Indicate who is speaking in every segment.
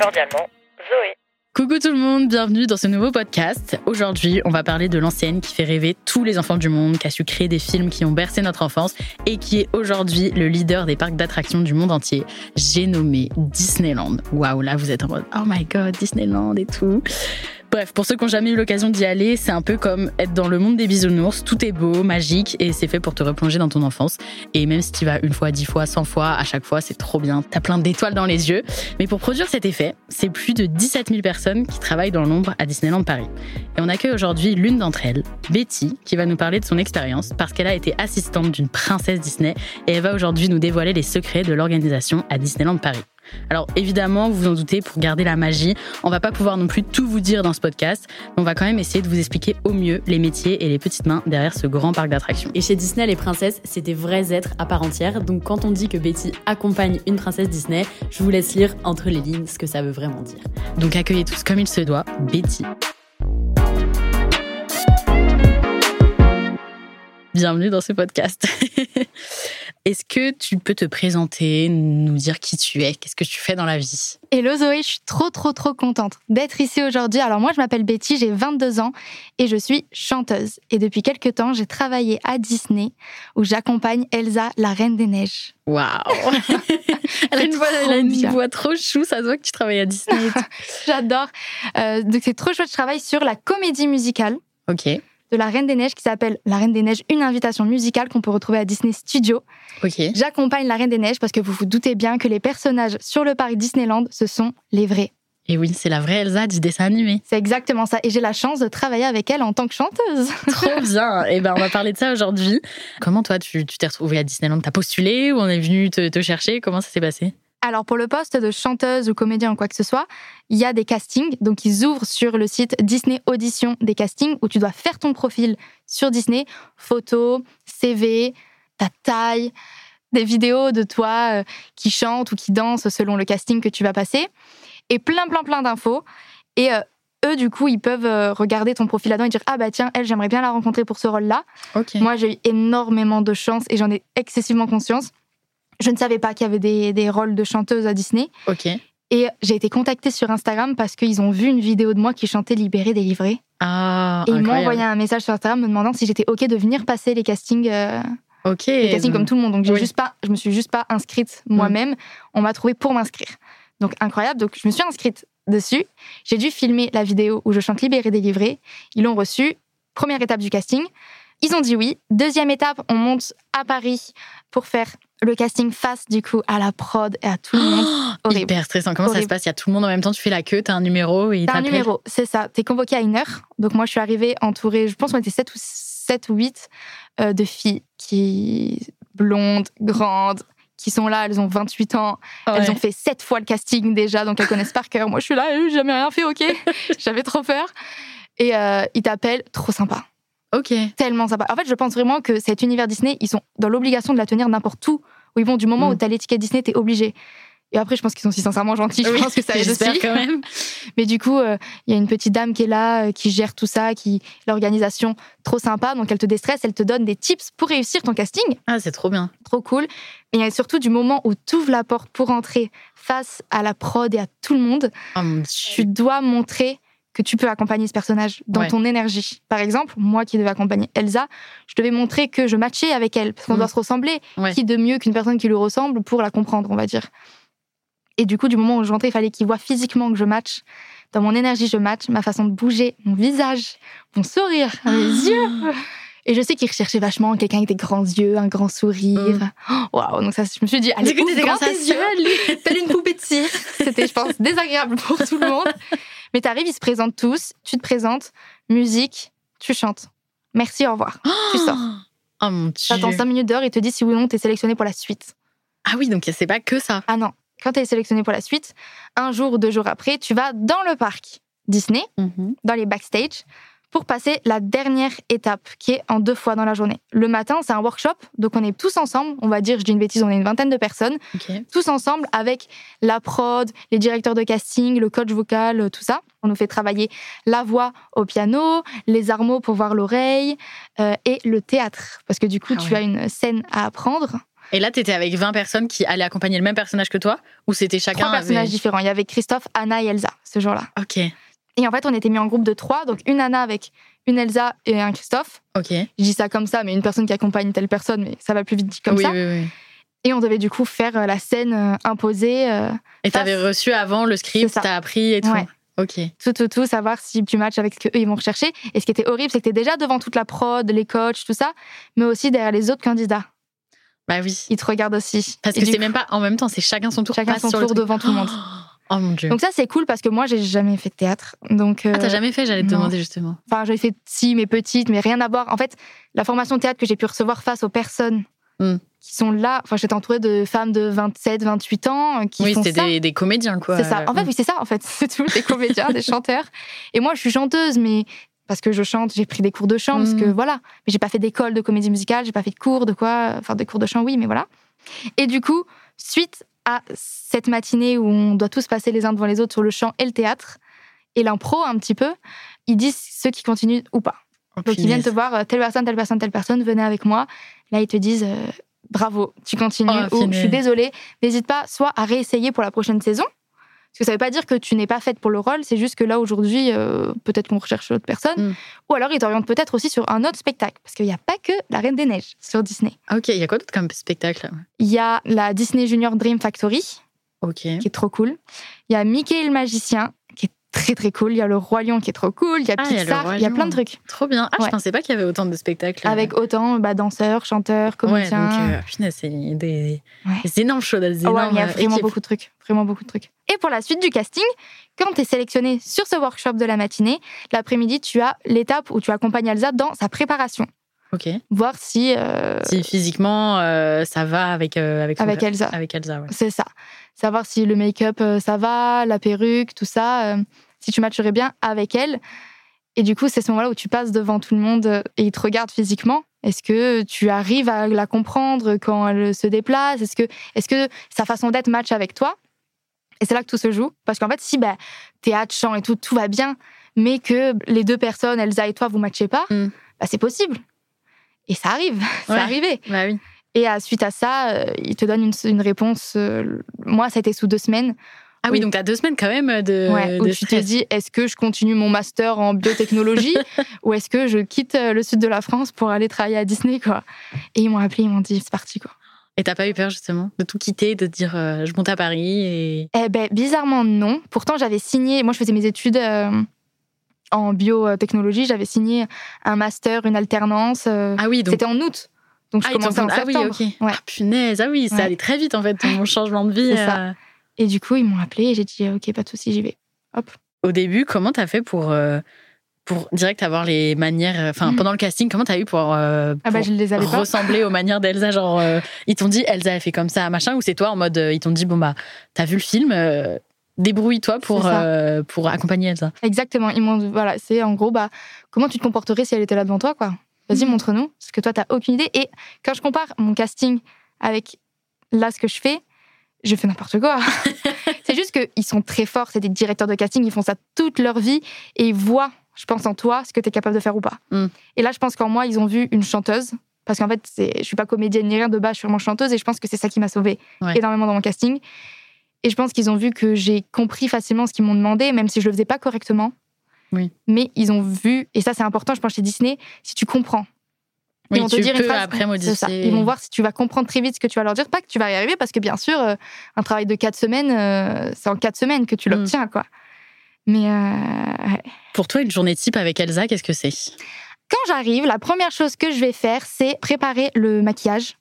Speaker 1: Cordialement, Zoé.
Speaker 2: Coucou tout le monde, bienvenue dans ce nouveau podcast. Aujourd'hui, on va parler de l'ancienne qui fait rêver tous les enfants du monde, qui a su créer des films qui ont bercé notre enfance et qui est aujourd'hui le leader des parcs d'attractions du monde entier. J'ai nommé Disneyland. Waouh, là vous êtes en mode Oh my god, Disneyland et tout. Bref, pour ceux qui n'ont jamais eu l'occasion d'y aller, c'est un peu comme être dans le monde des bisounours. Tout est beau, magique et c'est fait pour te replonger dans ton enfance. Et même si tu vas une fois, dix fois, cent fois, à chaque fois, c'est trop bien. T'as plein d'étoiles dans les yeux. Mais pour produire cet effet, c'est plus de 17 000 personnes qui travaillent dans l'ombre à Disneyland Paris. Et on accueille aujourd'hui l'une d'entre elles, Betty, qui va nous parler de son expérience parce qu'elle a été assistante d'une princesse Disney et elle va aujourd'hui nous dévoiler les secrets de l'organisation à Disneyland Paris. Alors évidemment, vous vous en doutez, pour garder la magie, on va pas pouvoir non plus tout vous dire dans ce podcast, mais on va quand même essayer de vous expliquer au mieux les métiers et les petites mains derrière ce grand parc d'attractions.
Speaker 3: Et chez Disney, les princesses, c'est des vrais êtres à part entière. Donc quand on dit que Betty accompagne une princesse Disney, je vous laisse lire entre les lignes ce que ça veut vraiment dire.
Speaker 2: Donc accueillez tous comme il se doit, Betty. Bienvenue dans ce podcast. Est-ce que tu peux te présenter, nous dire qui tu es, qu'est-ce que tu fais dans la vie
Speaker 4: Hello Zoé, je suis trop trop trop contente d'être ici aujourd'hui. Alors moi je m'appelle Betty, j'ai 22 ans et je suis chanteuse. Et depuis quelques temps j'ai travaillé à Disney où j'accompagne Elsa, la Reine des Neiges.
Speaker 2: Waouh Elle a une, voix, elle a une
Speaker 4: bien.
Speaker 2: voix trop chou, ça se voit que tu travailles à Disney. et tout.
Speaker 4: J'adore. Euh, donc c'est trop chouette, je travaille sur la comédie musicale
Speaker 2: ok,
Speaker 4: de la Reine des Neiges qui s'appelle La Reine des Neiges, une invitation musicale qu'on peut retrouver à Disney Studio.
Speaker 2: ok.
Speaker 4: J'accompagne la Reine des Neiges parce que vous vous doutez bien que les personnages sur le parc Disneyland, ce sont les vrais.
Speaker 2: Et oui, c'est la vraie Elsa du dessin animé.
Speaker 4: C'est exactement ça. Et j'ai la chance de travailler avec elle en tant que chanteuse.
Speaker 2: Trop bien. Et ben, on va parler de ça aujourd'hui. Comment toi, tu tu t'es retrouvée à Disneyland T'as postulé ou on est venu te, te chercher Comment ça s'est passé
Speaker 4: Alors, pour le poste de chanteuse ou comédien ou quoi que ce soit, il y a des castings. Donc, ils ouvrent sur le site Disney Audition des castings où tu dois faire ton profil sur Disney, photo, CV, ta taille, des vidéos de toi euh, qui chante ou qui danse selon le casting que tu vas passer et plein, plein, plein d'infos. Et euh, eux, du coup, ils peuvent euh, regarder ton profil là-dedans et dire Ah, bah tiens, elle, j'aimerais bien la rencontrer pour ce rôle-là.
Speaker 2: Ok.
Speaker 4: Moi, j'ai eu énormément de chance et j'en ai excessivement conscience. Je ne savais pas qu'il y avait des, des rôles de chanteuse à Disney.
Speaker 2: ok.
Speaker 4: Et j'ai été contactée sur Instagram parce qu'ils ont vu une vidéo de moi qui chantait Libérée, délivrée.
Speaker 2: Ah,
Speaker 4: Et ils m'ont
Speaker 2: incroyable.
Speaker 4: envoyé un message sur Instagram me demandant si j'étais OK de venir passer les castings, euh,
Speaker 2: Ok.
Speaker 4: les castings comme tout le monde. Donc, j'ai
Speaker 2: oui.
Speaker 4: juste pas, je me suis juste pas inscrite moi-même. On m'a trouvée pour m'inscrire. Donc, incroyable. Donc, je me suis inscrite dessus. J'ai dû filmer la vidéo où je chante Libérée, délivrée. Ils l'ont reçue. Première étape du casting. Ils ont dit oui. Deuxième étape, on monte à Paris pour faire le casting face, du coup, à la prod et à tout le monde. Horrible.
Speaker 2: Hyper stressant. Comment ça se
Speaker 4: Horrible.
Speaker 2: passe Il y a tout le monde en même temps. Tu fais la queue, t'as un numéro et
Speaker 4: T'as un
Speaker 2: t'appellent.
Speaker 4: numéro, c'est ça. T'es convoqué à une heure. Donc moi, je suis arrivée entourée, je pense qu'on était 7 ou, 7 ou 8 euh, de filles qui blondes, grandes, qui sont là, elles ont 28 ans,
Speaker 2: Ouais.
Speaker 4: elles ont fait 7 fois le casting déjà, donc elles connaissent par cœur. Moi, je suis là, euh, j'ai jamais rien fait, ok J'avais trop peur. Et euh, ils t'appellent, trop sympa,
Speaker 2: Ok.
Speaker 4: tellement sympa. En fait, je pense vraiment que cet univers Disney, ils sont dans l'obligation de la tenir n'importe où. Oui, bon, du moment
Speaker 2: Mm.
Speaker 4: où t'as les tickets Disney, t'es obligé. Et après, je pense qu'ils sont si sincèrement gentils, je
Speaker 2: Oui,
Speaker 4: pense que ça aide
Speaker 2: J'espère
Speaker 4: aussi.
Speaker 2: quand même.
Speaker 4: Mais du coup, euh, il y a une petite dame qui est là, euh, qui gère tout ça, qui l'organisation trop sympa. Donc elle te déstresse, elle te donne des tips pour réussir ton casting.
Speaker 2: Ah, c'est trop bien.
Speaker 4: Trop cool. Mais il y a surtout du moment où tu ouvres la porte pour entrer face à la prod et à tout le monde,
Speaker 2: Oh mon
Speaker 4: tu
Speaker 2: dieu.
Speaker 4: dois montrer que tu peux accompagner ce personnage dans
Speaker 2: Ouais.
Speaker 4: ton énergie. Par exemple, moi qui devais accompagner Elsa, je devais montrer que je matchais avec elle, parce qu'on
Speaker 2: Mhm.
Speaker 4: doit se ressembler.
Speaker 2: Ouais.
Speaker 4: Qui de mieux qu'une personne qui lui ressemble pour la comprendre, on va dire. Et du coup, du moment où je rentrais, il fallait qu'il voit physiquement que je match. Dans mon énergie, je match, ma façon de bouger, mon visage, mon sourire, mes yeux. Et je sais qu'il recherchait vachement quelqu'un avec des grands yeux, un grand sourire. Oh, Waouh, donc ça, je me suis dit, allez,
Speaker 2: Du coup,
Speaker 4: ouvre
Speaker 2: t'étais
Speaker 4: grand
Speaker 2: comme ça,
Speaker 4: tes yeux,
Speaker 2: seule.
Speaker 4: lui. je pense, désagréable pour tout le monde. Mais t'arrives, ils se présentent tous, tu te présentes, musique, tu chantes. Merci, au revoir. tu sors.
Speaker 2: Oh mon dieu.
Speaker 4: T'attends 5 minutes d'heure, ils te disent si oui ou non t'es sélectionné pour la suite.
Speaker 2: Ah oui, donc c'est pas que ça.
Speaker 4: Ah non, quand t'es sélectionné pour la suite, un jour ou deux jours après, tu vas dans le parc Disney,
Speaker 3: Mhm.
Speaker 4: dans les backstage, pour passer la dernière étape, qui est en deux fois dans la journée. Le matin, c'est un workshop, donc on est tous ensemble, on va dire, je dis une bêtise, on est une vingtaine de personnes,
Speaker 2: Ok.
Speaker 4: tous ensemble avec la prod, les directeurs de casting, le coach vocal, euh, tout ça. On nous fait travailler la voix au piano, les armeaux pour voir l'oreille euh, et le théâtre. Parce que du coup,
Speaker 2: Ah
Speaker 4: tu
Speaker 2: ouais.
Speaker 4: as une scène à apprendre.
Speaker 2: Et là, t'étais avec 20 personnes qui allaient accompagner le même personnage que toi Ou c'était chacun
Speaker 4: Trois personnages
Speaker 2: avait-
Speaker 4: différents. Il y avait Christophe, Anna et Elsa ce jour-là.
Speaker 2: Ok,
Speaker 4: Et en fait, on était mis en groupe de trois. Donc une Anna avec une Elsa et un Christophe.
Speaker 2: ok.
Speaker 4: Je dis ça comme ça, mais une personne qui accompagne telle personne, mais ça va plus vite dit comme
Speaker 2: oui,
Speaker 4: ça.
Speaker 2: oui, oui.
Speaker 4: Et on devait du coup faire euh, la scène euh, imposée. euh,
Speaker 2: Et t'avais
Speaker 4: Face-
Speaker 2: reçu avant le script,
Speaker 4: C'est ça.
Speaker 2: t'as appris et tout.
Speaker 4: Ouais.
Speaker 2: Ok.
Speaker 4: tout, tout, tout, savoir si tu matches avec ce qu'eux, ils vont rechercher. Et ce qui était horrible, c'est que t'es déjà devant toute la prod, les coachs, tout ça, mais aussi derrière les autres candidats.
Speaker 2: Bah oui.
Speaker 4: Ils te regardent aussi.
Speaker 2: Parce
Speaker 4: Et
Speaker 2: que
Speaker 4: du
Speaker 2: c'est
Speaker 4: coup,
Speaker 2: même pas en même temps, c'est chacun son tour.
Speaker 4: chacun
Speaker 2: passe
Speaker 4: son
Speaker 2: sur le
Speaker 4: tour
Speaker 2: truc.
Speaker 4: devant tout le monde.
Speaker 2: Oh mon dieu.
Speaker 4: Donc ça, c'est cool parce que moi, j'ai jamais fait de théâtre. Donc, euh,
Speaker 2: ah, t'as jamais fait, j'allais te
Speaker 4: non.
Speaker 2: demander justement.
Speaker 4: Enfin, j'ai fait si, mais petite, mais rien à voir. En fait, la formation théâtre que j'ai pu recevoir face aux personnes
Speaker 2: Hmm.
Speaker 4: qui sont là, enfin, j'étais entourée de femmes de 27, 28 ans euh, qui
Speaker 2: oui,
Speaker 4: font
Speaker 2: c'était
Speaker 4: ça.
Speaker 2: des, des comédiens, quoi.
Speaker 4: C'est ça. En fait, oui, c'est ça, en fait. C'est tout. Des comédiens, des chanteurs. Et moi, je suis chanteuse, mais parce que je chante, j'ai pris des cours de chant, parce que
Speaker 2: Mhm.
Speaker 4: voilà. Mais j'ai pas fait d'école de comédie musicale, j'ai pas fait de cours de quoi. Enfin, des cours de chant, oui, mais voilà. Et du coup, suite à cette matinée où on doit tous passer les uns devant les autres sur le chant et le théâtre, et l'impro un petit peu, ils disent ceux qui continuent ou pas.
Speaker 2: Oh,
Speaker 4: Donc, ils viennent
Speaker 2: punaise.
Speaker 4: te voir, euh, telle personne, telle personne, telle personne, venez avec moi. Là, ils te disent. euh, Bravo, tu continues
Speaker 2: Oh,
Speaker 4: ou je suis
Speaker 2: punaise.
Speaker 4: désolée. N'hésite pas soit à réessayer pour la prochaine saison, parce que ça veut pas dire que tu n'es pas faite pour le rôle, c'est juste que là, aujourd'hui, euh, peut-être qu'on recherche d'autres personnes.
Speaker 2: Mm.
Speaker 4: Ou alors, ils t'orientent peut-être aussi sur un autre spectacle, parce qu'il n'y a pas que La Reine des Neiges sur Disney.
Speaker 2: Ah, Ok, il y a quoi d'autre comme spectacle là
Speaker 4: Il y a la Disney Junior Dream Factory,
Speaker 2: Ok.
Speaker 4: qui est trop cool. Il y a Mickey le Magicien, qui est très très cool. Il y a le Roi Lion, qui est trop cool. Il y a
Speaker 2: Ah, il y a le
Speaker 4: Pixar,
Speaker 2: Roi
Speaker 4: il y a
Speaker 2: Lion.
Speaker 4: plein de trucs.
Speaker 2: Trop bien. Ah,
Speaker 4: Ouais.
Speaker 2: je pensais pas qu'il y avait autant de spectacles. euh.
Speaker 4: Avec autant bah, danseurs, chanteurs,
Speaker 2: Ouais, donc,
Speaker 4: comédiens.
Speaker 2: euh, punaise, c'est des, des
Speaker 4: Ouais.
Speaker 2: énormes shows, des
Speaker 4: Ah ouais, mais
Speaker 2: énormes
Speaker 4: il y a
Speaker 2: euh,
Speaker 4: vraiment
Speaker 2: équipes.
Speaker 4: beaucoup de trucs, vraiment beaucoup de trucs. Et pour la suite du casting, quand tu es sélectionné sur ce workshop de la matinée, l'après-midi, tu as l'étape où tu accompagnes Elsa dans sa préparation,
Speaker 2: Ok.
Speaker 4: voir si euh,
Speaker 2: Si physiquement, euh, ça va avec, euh, avec, son
Speaker 4: avec
Speaker 2: père-
Speaker 4: Elsa,
Speaker 2: Avec Elsa, ouais.
Speaker 4: c'est ça. Savoir si le make-up euh, ça va, la perruque, tout ça, euh, si tu matcherais bien avec elle. Et du coup, c'est ce moment-là où tu passes devant tout le monde euh, et ils te regardent physiquement. Est-ce que tu arrives à la comprendre quand elle se déplace Est-ce que, est-ce que sa façon d'être match avec toi Et c'est là que tout se joue. Parce qu'en fait, si bah, théâtre, chant et tout, tout va bien, mais que les deux personnes, Elsa et toi, vous matchez pas,
Speaker 2: Mm.
Speaker 4: bah, c'est possible. Et ça arrive, c'est
Speaker 2: Ouais.
Speaker 4: arrivé.
Speaker 2: Bah oui.
Speaker 4: Et à, suite à ça, euh, il te donne une, une réponse. euh, moi, ça a été sous deux semaines.
Speaker 2: Ah oui,
Speaker 4: Où-
Speaker 2: donc t'as deux semaines quand même euh, de,
Speaker 4: ouais, où
Speaker 2: de
Speaker 4: tu te
Speaker 2: stress.
Speaker 4: dis est-ce que je continue mon master en biotechnologie ou est-ce que je quitte euh, le sud de la France pour aller travailler à Disney quoi Et ils m'ont appelé, ils m'ont dit c'est parti quoi.
Speaker 2: Et t'as pas eu peur justement de tout quitter, de te dire euh, je monte à Paris et.
Speaker 4: Eh ben bizarrement non. Pourtant j'avais signé. Moi je faisais mes études euh, en biotechnologie. J'avais signé un master, une alternance. euh,
Speaker 2: Ah oui, donc.
Speaker 4: C'était en août, donc je
Speaker 2: ah, ils
Speaker 4: commençais
Speaker 2: t'ont-
Speaker 4: en
Speaker 2: ah oui,
Speaker 4: septembre.
Speaker 2: ok.
Speaker 4: Ouais.
Speaker 2: Ah punaise, ah oui, ça
Speaker 4: Ouais.
Speaker 2: allait très vite en fait, ton changement de vie.
Speaker 4: C'est ça.
Speaker 2: euh.
Speaker 4: Et du coup ils m'ont appelé et j'ai dit ok pas de souci j'y vais.
Speaker 2: Au début, comment t'as fait pour. euh, Pour direct avoir les manières, euh, enfin
Speaker 4: Mm.
Speaker 2: pendant le casting, comment t'as eu pour, euh,
Speaker 4: Ah bah
Speaker 2: pour
Speaker 4: je les avais pas.
Speaker 2: ressembler aux manières d'Elsa Genre, euh, ils t'ont dit Elsa elle fait comme ça, machin, ou c'est toi en mode euh, ils t'ont dit bon bah t'as vu le film, euh, débrouille-toi pour
Speaker 4: C'est ça.
Speaker 2: euh, pour accompagner Elsa.
Speaker 4: Exactement. Ils m'ont voilà, c'est en gros bah comment tu te comporterais si elle était là devant toi quoi. Vas-y,
Speaker 2: Mhm.
Speaker 4: montre-nous parce que toi t'as aucune idée et quand je compare mon casting avec là ce que je fais, je fais n'importe quoi. c'est juste que ils sont très forts, c'est des directeurs de casting, ils font ça toute leur vie et ils voient, je pense en toi ce que tu es capable de faire ou pas.
Speaker 2: Mhm.
Speaker 4: Et là je pense qu'en moi ils ont vu une chanteuse parce qu'en fait c'est je suis pas comédienne ni rien de base, je suis vraiment chanteuse et je pense que c'est ça qui m'a sauvée
Speaker 2: Ouais.
Speaker 4: énormément dans mon casting. Et je pense qu'ils ont vu que j'ai compris facilement ce qu'ils m'ont demandé, même si je le faisais pas correctement mais ils ont vu, et ça c'est important, je pense, chez Disney, si tu comprends.
Speaker 2: Oui,
Speaker 4: ils vont
Speaker 2: tu
Speaker 4: te dire
Speaker 2: peux
Speaker 4: une phrase.
Speaker 2: après
Speaker 4: c'est
Speaker 2: modifier.
Speaker 4: ça. Ils vont voir si tu vas comprendre très vite ce que tu vas leur dire. Pas que tu vas y arriver, parce que bien sûr, euh, un travail de quatre semaines, euh, c'est en quatre semaines que tu
Speaker 2: Mm.
Speaker 4: l'obtiens, quoi. Mais euh, ouais.
Speaker 2: Pour toi, une journée type avec Elsa, qu'est-ce que c'est
Speaker 4: quand j'arrive, la première chose que je vais faire, c'est préparer le maquillage.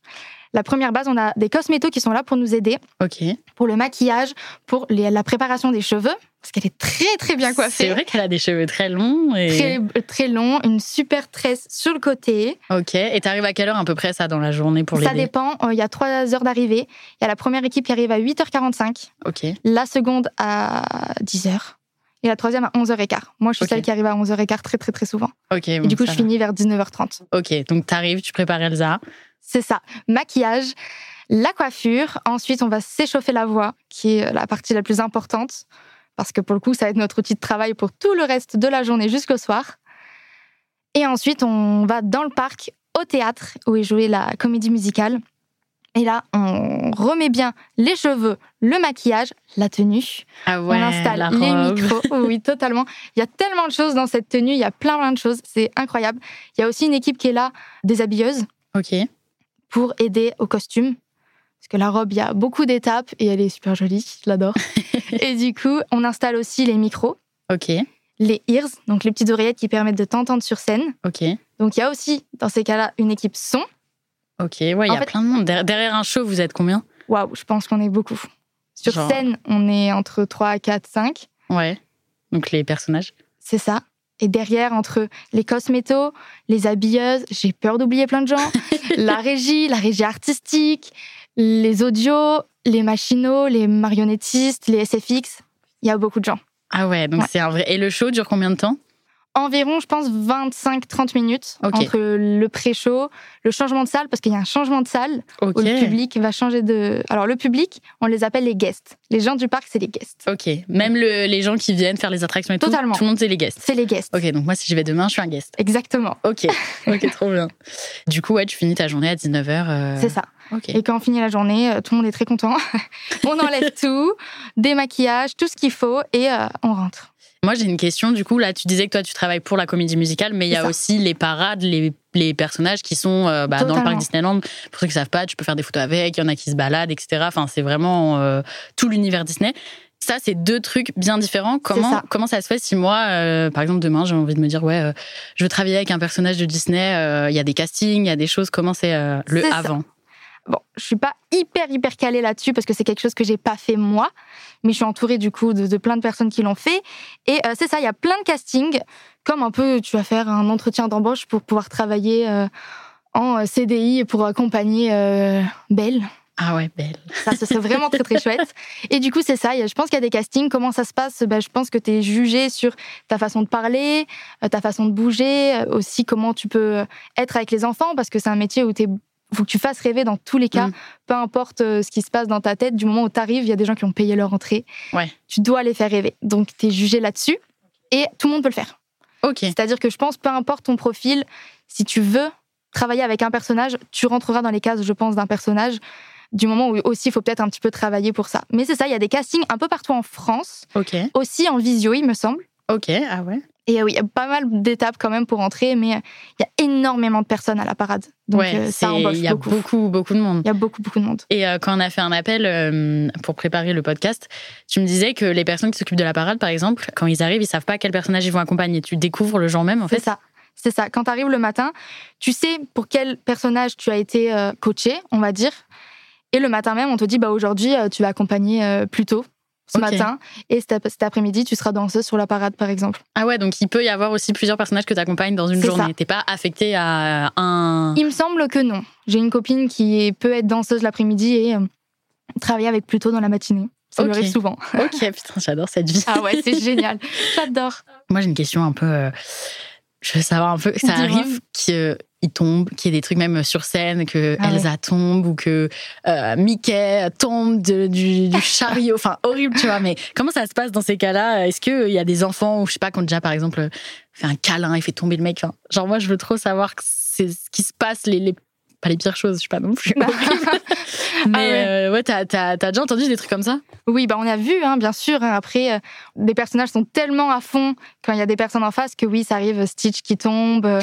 Speaker 4: La première base, on a des cosmétos qui sont là pour nous aider,
Speaker 2: Ok.
Speaker 4: pour le maquillage, pour les- la préparation des cheveux, parce qu'elle est très très bien coiffée.
Speaker 2: C'est vrai qu'elle a des cheveux très longs. Et...
Speaker 4: Très, très long, une super tresse sur le côté.
Speaker 2: Ok. Et t'arrives à quelle heure à peu près ça dans la journée pour
Speaker 4: ça
Speaker 2: l'aider
Speaker 4: dépend. euh, Il y a trois heures d'arrivée. Il y a la première équipe qui arrive à 8h45,
Speaker 2: Ok.
Speaker 4: la seconde à 10h et la troisième à 11h15. Moi, je suis
Speaker 2: Ok.
Speaker 4: celle qui arrive à 11h15 très très très souvent.
Speaker 2: Ok.
Speaker 4: Et du coup, je
Speaker 2: finis.
Speaker 4: finis vers 19h30.
Speaker 2: Ok. Donc t'arrives, tu prépares Elsa.
Speaker 4: C'est ça. Maquillage, la coiffure. Ensuite, on va s'échauffer la voix, qui est la partie la plus importante. Parce que pour le coup, ça va être notre outil de travail pour tout le reste de la journée jusqu'au soir. Et ensuite, on va dans le parc, au théâtre, où est jouée la comédie musicale. Et là, on remet bien les cheveux, le maquillage, la tenue.
Speaker 2: Ah ouais.
Speaker 4: on installe
Speaker 2: la
Speaker 4: les
Speaker 2: robe.
Speaker 4: micros. Oh oui, totalement. Il y a tellement de choses dans cette tenue. Il y a plein, plein de choses. C'est incroyable. Il y a aussi une équipe qui est là, des habilleuses
Speaker 2: Ok.
Speaker 4: pour aider au costume. Parce que la robe, il y a beaucoup d'étapes et elle est super jolie, je l'adore. et du coup, on installe aussi les micros,
Speaker 2: Ok.
Speaker 4: les ears, donc les petites oreillettes qui permettent de t'entendre sur scène.
Speaker 2: Ok.
Speaker 4: Donc il y a aussi, dans ces cas-là, une équipe son.
Speaker 2: Ok. Ouais, il y
Speaker 4: En
Speaker 2: a
Speaker 4: fait-
Speaker 2: plein de monde. Der- Derrière un show, vous êtes combien
Speaker 4: Waouh, je pense qu'on est beaucoup. Sur
Speaker 2: Genre-
Speaker 4: scène, on est entre 3, 4, 5.
Speaker 2: Ouais. Donc les personnages.
Speaker 4: C'est ça. Et derrière, entre les cosmétos, les habilleuses, j'ai peur d'oublier plein de gens, la régie, la régie artistique, les audios, les machinos, les marionnettistes, les SFX, il y a beaucoup de gens.
Speaker 2: Ah ouais. Donc
Speaker 4: Ouais.
Speaker 2: c'est un vrai. Et le show dure combien de temps
Speaker 4: Environ, je pense, 25-30 minutes
Speaker 2: Ok.
Speaker 4: entre le pré-show, le changement de salle, parce qu'il y a un changement de salle
Speaker 2: Ok.
Speaker 4: où le public va changer de... Alors, le public, on les appelle les guests. Les gens du parc, c'est les guests.
Speaker 2: Ok. Même le- les gens qui viennent faire les attractions et tout,
Speaker 4: Totalement.
Speaker 2: tout le monde c'est les guests.
Speaker 4: C'est les guests.
Speaker 2: Ok, donc moi si j'y vais demain, je suis un guest.
Speaker 4: Exactement,
Speaker 2: Ok, ok, trop bien. Du coup, ouais, tu finis ta journée à 19h.
Speaker 4: c'est ça.
Speaker 2: Ok.
Speaker 4: Et quand on finit la journée, euh, tout le monde est très content. on enlève tout, des maquillages, tout ce qu'il faut et euh, on rentre.
Speaker 2: Moi, j'ai une question. Du coup, là, tu disais que toi, tu travailles pour la comédie musicale, mais il y
Speaker 4: C'est
Speaker 2: a
Speaker 4: ça.
Speaker 2: aussi les parades, les, les personnages qui sont euh, bah, dans le parc
Speaker 4: Totalement.
Speaker 2: Disneyland. Pour ceux qui ne savent pas, tu peux faire des photos avec, il y en a qui se baladent, etc. Enfin, c'est vraiment euh, tout l'univers Disney. Ça, c'est deux trucs bien différents. Comment
Speaker 4: ça.
Speaker 2: ça. comment ça se fait si moi, euh, par exemple, demain, j'ai envie de me dire, ouais, euh, je veux travailler avec un personnage de Disney, euh, il y a des castings, il y a des choses. Comment c'est euh, le
Speaker 4: C'est ça.
Speaker 2: avant
Speaker 4: Bon, je suis pas hyper hyper calée là-dessus parce que c'est quelque chose que j'ai pas fait moi, mais je suis entourée du coup de, de plein de personnes qui l'ont fait. Et euh, c'est ça, il y a plein de castings, comme un peu tu vas faire un entretien d'embauche pour pouvoir travailler euh, en euh, CDI et pour accompagner euh, Belle.
Speaker 2: Ah ouais, belle.
Speaker 4: Ça, ce serait vraiment très, très chouette. Et du coup, c'est ça. il y a- Je pense qu'il y a des castings. Comment ça se passe Ben, Je pense que tu es jugé sur ta façon de parler, euh, ta façon de bouger, euh, aussi comment tu peux euh, être avec les enfants, parce que c'est un métier où il faut que tu fasses rêver dans tous les cas,
Speaker 2: Mm.
Speaker 4: peu importe euh, ce qui se passe dans ta tête. Du moment où tu arrives, il y a des gens qui ont payé leur entrée.
Speaker 2: Ouais.
Speaker 4: Tu dois les faire rêver. Donc, tu es jugé là-dessus. Et tout le monde peut le faire.
Speaker 2: Ok.
Speaker 4: C'est-à-dire que je pense, peu importe ton profil, si tu veux travailler avec un personnage, tu rentreras dans les cases, je pense, d'un personnage. Du moment où aussi, il faut peut-être un petit peu travailler pour ça. Mais c'est ça, il y a des castings un peu partout en France,
Speaker 2: Ok.
Speaker 4: aussi en visio, il me semble.
Speaker 2: Ok. Ah ouais.
Speaker 4: Et euh, oui, il y a pas mal d'étapes quand même pour entrer, mais euh, il y a énormément de personnes à la parade. Donc
Speaker 2: ouais,
Speaker 4: euh, ça
Speaker 2: c'est-
Speaker 4: embauche
Speaker 2: il y a
Speaker 4: beaucoup.
Speaker 2: beaucoup, beaucoup de monde.
Speaker 4: Il y a beaucoup, beaucoup de monde.
Speaker 2: Et euh, quand on a fait un appel euh, pour préparer le podcast, tu me disais que les personnes qui s'occupent de la parade, par exemple, quand ils arrivent, ils savent pas quel personnage ils vont accompagner. Tu découvres le genre même, en
Speaker 4: C'est
Speaker 2: fait.
Speaker 4: ça. C'est ça. Quand tu arrives le matin, tu sais pour quel personnage tu as été euh, coaché, on va dire. Et le matin même, on te dit bah aujourd'hui, euh, tu vas accompagner euh, plutôt ce
Speaker 2: Ok.
Speaker 4: matin et cet, ap- cet après-midi, tu seras danseuse sur la parade par exemple.
Speaker 2: Ah ouais, donc il peut y avoir aussi plusieurs personnages que tu accompagnes dans une
Speaker 4: C'est
Speaker 2: journée.
Speaker 4: ça.
Speaker 2: T'es pas affecté à un.
Speaker 4: Il me semble que non. J'ai une copine qui est- peut être danseuse l'après-midi et euh, travailler avec plutôt dans la matinée. Ça lui
Speaker 2: Ok.
Speaker 4: arrive souvent.
Speaker 2: Ok, putain, j'adore cette vie.
Speaker 4: Ah ouais, c'est génial. J'adore.
Speaker 2: Moi, j'ai une question un peu. euh, Je veux savoir un peu. Ça
Speaker 4: Dis-moi.
Speaker 2: arrive qu'il il tombe, qu'il y ait des trucs même sur scène, que
Speaker 4: Ah ouais.
Speaker 2: Elsa tombe ou que euh, Mickey tombe de- du, du chariot. Enfin, horrible, tu vois. Mais comment ça se passe dans ces cas-là Est-ce qu'il y a des enfants ou je sais pas, qui ont déjà, par exemple, euh, fait un câlin et fait tomber le mec Enfin, Genre, moi, je veux trop savoir que c'est ce qui se passe, les, les- pas les pires choses, je sais pas non plus.
Speaker 4: Bah.
Speaker 2: Mais
Speaker 4: Ah ouais.
Speaker 2: euh, ouais, t'as t'as- t'as déjà entendu des trucs comme ça
Speaker 4: Oui, bah on a vu, hein, bien sûr. hein. Après, euh, des personnages sont tellement à fond quand il y a des personnes en face que oui, ça arrive, euh, Stitch qui tombe, euh,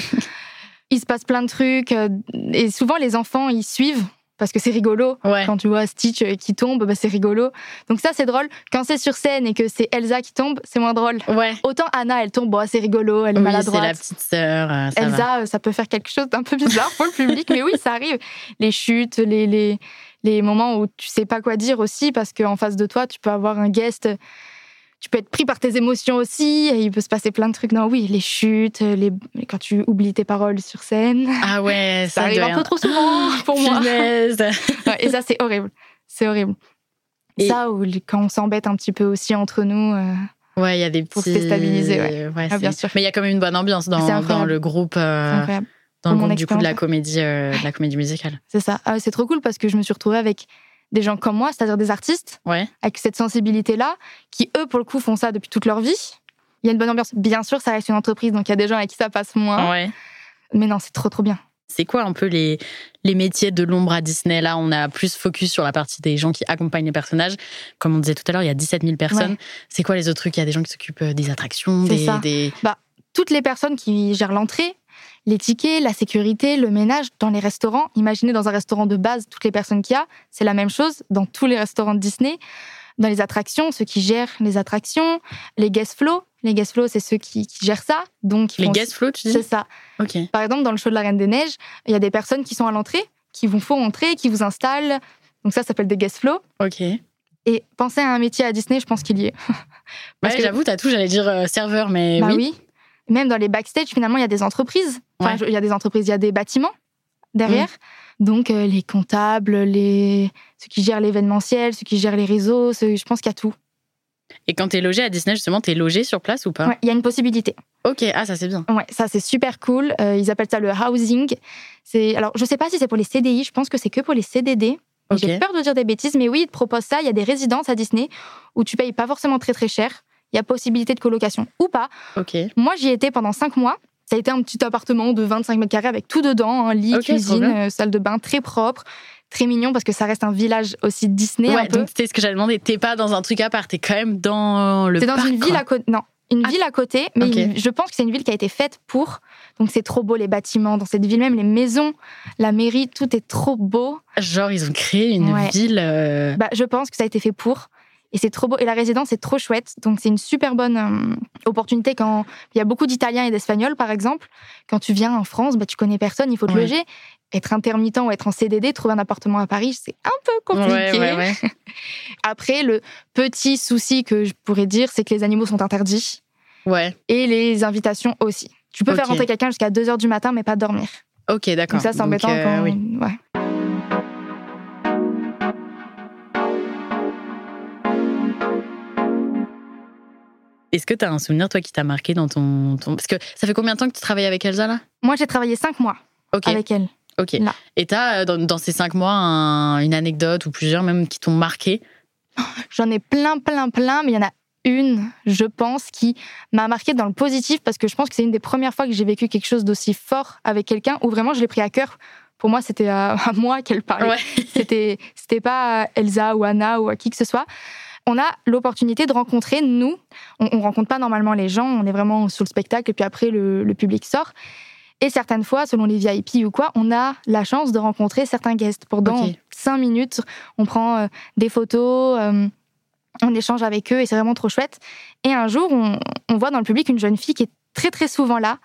Speaker 4: il se passe plein de trucs. euh, et souvent, les enfants, ils suivent. parce que c'est rigolo.
Speaker 2: Ouais.
Speaker 4: Quand tu vois Stitch euh, qui tombe, bah, c'est rigolo. Donc ça, c'est drôle. Quand c'est sur scène et que c'est Elsa qui tombe, c'est moins drôle.
Speaker 2: Ouais.
Speaker 4: Autant Anna, elle tombe, bah, c'est rigolo, elle est
Speaker 2: Oui, c'est la
Speaker 4: maladroite.
Speaker 2: petite sœur. euh, ça va.
Speaker 4: Elsa, euh, ça peut faire quelque chose d'un peu bizarre pour le public, mais oui, ça arrive. Les chutes, les, les, les moments où tu sais pas quoi dire aussi, parce qu'en face de toi, tu peux avoir un guest, tu peux être pris par tes émotions aussi, et il peut se passer plein de trucs. Non, oui, les chutes, les... quand tu oublies tes paroles sur scène,
Speaker 2: Ah ouais, ça,
Speaker 4: ça arrive
Speaker 2: doit
Speaker 4: un peu trop souvent
Speaker 2: Ah,
Speaker 4: pour moi.
Speaker 2: Punaise.
Speaker 4: Ouais, et ça, c'est horrible. C'est horrible.
Speaker 2: Et-
Speaker 4: Ça, ou le- quand on s'embête un petit peu aussi entre nous. euh,
Speaker 2: Ouais, il y a des petits.
Speaker 4: Pour se déstabiliser, ouais. Ah,
Speaker 2: c'est-
Speaker 4: bien sûr.
Speaker 2: Mais il y a quand même une bonne ambiance
Speaker 4: C'est
Speaker 2: dans,
Speaker 4: incroyable.
Speaker 2: dans le groupe, euh,
Speaker 4: c'est incroyable.
Speaker 2: dans le
Speaker 4: Mon
Speaker 2: groupe du coup de la
Speaker 4: expérience.
Speaker 2: comédie, euh, de la comédie musicale.
Speaker 4: C'est ça. Ah, c'est trop cool parce que je me suis retrouvée avec des gens comme moi, c'est-à-dire des artistes,
Speaker 2: Ouais.
Speaker 4: avec cette sensibilité-là, qui eux, pour le coup, font ça depuis toute leur vie. Il y a une bonne ambiance. Bien sûr, ça reste une entreprise, donc il y a des gens avec qui ça passe moins.
Speaker 2: Ouais.
Speaker 4: Mais non, c'est trop, trop bien.
Speaker 2: C'est quoi un peu les, les métiers de l'ombre à Disney Là, on a plus focus sur la partie des gens qui accompagnent les personnages. Comme on disait tout à l'heure, il y a 17 000 personnes.
Speaker 4: Ouais.
Speaker 2: C'est quoi les autres trucs Il y a des gens qui s'occupent euh, des attractions,
Speaker 4: C'est
Speaker 2: des,
Speaker 4: ça.
Speaker 2: des-
Speaker 4: Toutes les personnes qui gèrent l'entrée, les tickets, la sécurité, le ménage, dans les restaurants, imaginez dans un restaurant de base, toutes les personnes qu'il y a, c'est la même chose dans tous les restaurants de Disney. Dans les attractions, ceux qui gèrent les attractions, les guest flow. Les guest flow, c'est ceux qui, qui gèrent ça. Donc, ils
Speaker 2: les
Speaker 4: font-
Speaker 2: guest flow, tu dis
Speaker 4: C'est ça.
Speaker 2: Ok.
Speaker 4: Par exemple, dans le show de la Reine des Neiges, il y a des personnes qui sont à l'entrée, qui vous font entrer, qui vous installent. Donc ça, ça s'appelle des guest flow.
Speaker 2: Ok.
Speaker 4: Et penser à un métier à Disney, je pense qu'il y est.
Speaker 2: Parce que j'avoue, t'as tout, j'allais dire euh, serveur, mais
Speaker 4: bah
Speaker 2: oui.
Speaker 4: oui. Même dans les backstage, finalement, il y a des entreprises. Enfin,
Speaker 2: Ouais. Mm.
Speaker 4: je- il y a des entreprises, il y a des bâtiments derrière. Donc euh, les comptables, les ceux qui gèrent l'événementiel, ceux qui gèrent les réseaux, ceux- je pense qu'il y a tout.
Speaker 2: Et quand t'es logé à Disney, justement, t'es logé sur place ou pas
Speaker 4: Ouais, il y a une possibilité.
Speaker 2: Ok, ah, ça c'est bien.
Speaker 4: Ouais, ça c'est super cool. Euh, ils appellent ça le housing. C'est alors je sais pas si c'est pour les CDI, je pense que c'est que pour les CDD.
Speaker 2: Ok.
Speaker 4: J'ai peur de dire des bêtises, mais oui, ils te proposent ça. Il y a des résidences à Disney où tu payes pas forcément très très cher. Il y a possibilité de colocation ou pas.
Speaker 2: Ok.
Speaker 4: Moi, j'y étais pendant cinq mois. Ça a été un petit appartement de 25 mètres carrés avec tout dedans, un lit,
Speaker 2: Ok, trop
Speaker 4: cuisine,
Speaker 2: bien.
Speaker 4: euh, salle de bain, très propre, très mignon parce que ça reste un village aussi Disney un
Speaker 2: ouais,
Speaker 4: peu.
Speaker 2: donc c'était ce que j'avais demandé. T'es pas dans un truc à part, t'es quand même dans le
Speaker 4: C'est dans
Speaker 2: parc,
Speaker 4: une
Speaker 2: quoi.
Speaker 4: ville à côté. Non, une
Speaker 2: Ah.
Speaker 4: ville à côté, mais
Speaker 2: Ok.
Speaker 4: une- je pense que c'est une ville qui a été faite pour. Donc c'est trop beau les bâtiments dans cette ville, même les maisons, la mairie, tout est trop beau.
Speaker 2: Genre, ils ont créé une
Speaker 4: Ouais.
Speaker 2: ville. euh,
Speaker 4: Bah, je pense que ça a été fait pour. Et c'est trop beau. Et la résidence est trop chouette. Donc c'est une super bonne euh, opportunité quand il y a beaucoup d'Italiens et d'Espagnols, par exemple. Quand tu viens en France, bah, tu connais personne, il faut te
Speaker 2: Ouais.
Speaker 4: loger. Être intermittent ou être en CDD, trouver un appartement à Paris, c'est un peu compliqué.
Speaker 2: Ouais, ouais, ouais.
Speaker 4: Après, le petit souci que je pourrais dire, c'est que les animaux sont interdits.
Speaker 2: Ouais.
Speaker 4: et les invitations aussi. Tu peux
Speaker 2: Ok.
Speaker 4: faire rentrer quelqu'un jusqu'à 2h du matin, mais pas dormir.
Speaker 2: Ok, d'accord.
Speaker 4: Donc ça, c'est embêtant
Speaker 2: euh,
Speaker 4: quand...
Speaker 2: oui.
Speaker 4: ouais.
Speaker 2: Est-ce que t'as un souvenir, toi, qui t'a marqué dans ton, ton- Parce que ça fait combien de temps que tu travailles avec Elsa, là
Speaker 4: Moi, j'ai travaillé 5 mois
Speaker 2: Ok,
Speaker 4: avec elle.
Speaker 2: ok.
Speaker 4: là.
Speaker 2: Et t'as, euh, dans, dans ces cinq mois, un- une anecdote ou plusieurs même qui t'ont marqué
Speaker 4: J'en ai plein, plein, plein, mais il y en a une, je pense, qui m'a marqué dans le positif parce que je pense que c'est une des premières fois que j'ai vécu quelque chose d'aussi fort avec quelqu'un où vraiment je l'ai pris à cœur. Pour moi, c'était à, à moi qu'elle parlait.
Speaker 2: Ouais.
Speaker 4: C'était, c'était pas à Elsa ou Anna ou à qui que ce soit. On a l'opportunité de rencontrer, nous, on, on rencontre pas normalement les gens, on est vraiment sur le spectacle et puis après le, le public sort. Et certaines fois, selon les VIP ou quoi, on a la chance de rencontrer certains guests. Pendant
Speaker 2: Ok.
Speaker 4: cinq minutes, on prend euh, des photos, euh, on échange avec eux et c'est vraiment trop chouette. Et un jour, on, on voit dans le public une jeune fille qui est très très souvent là,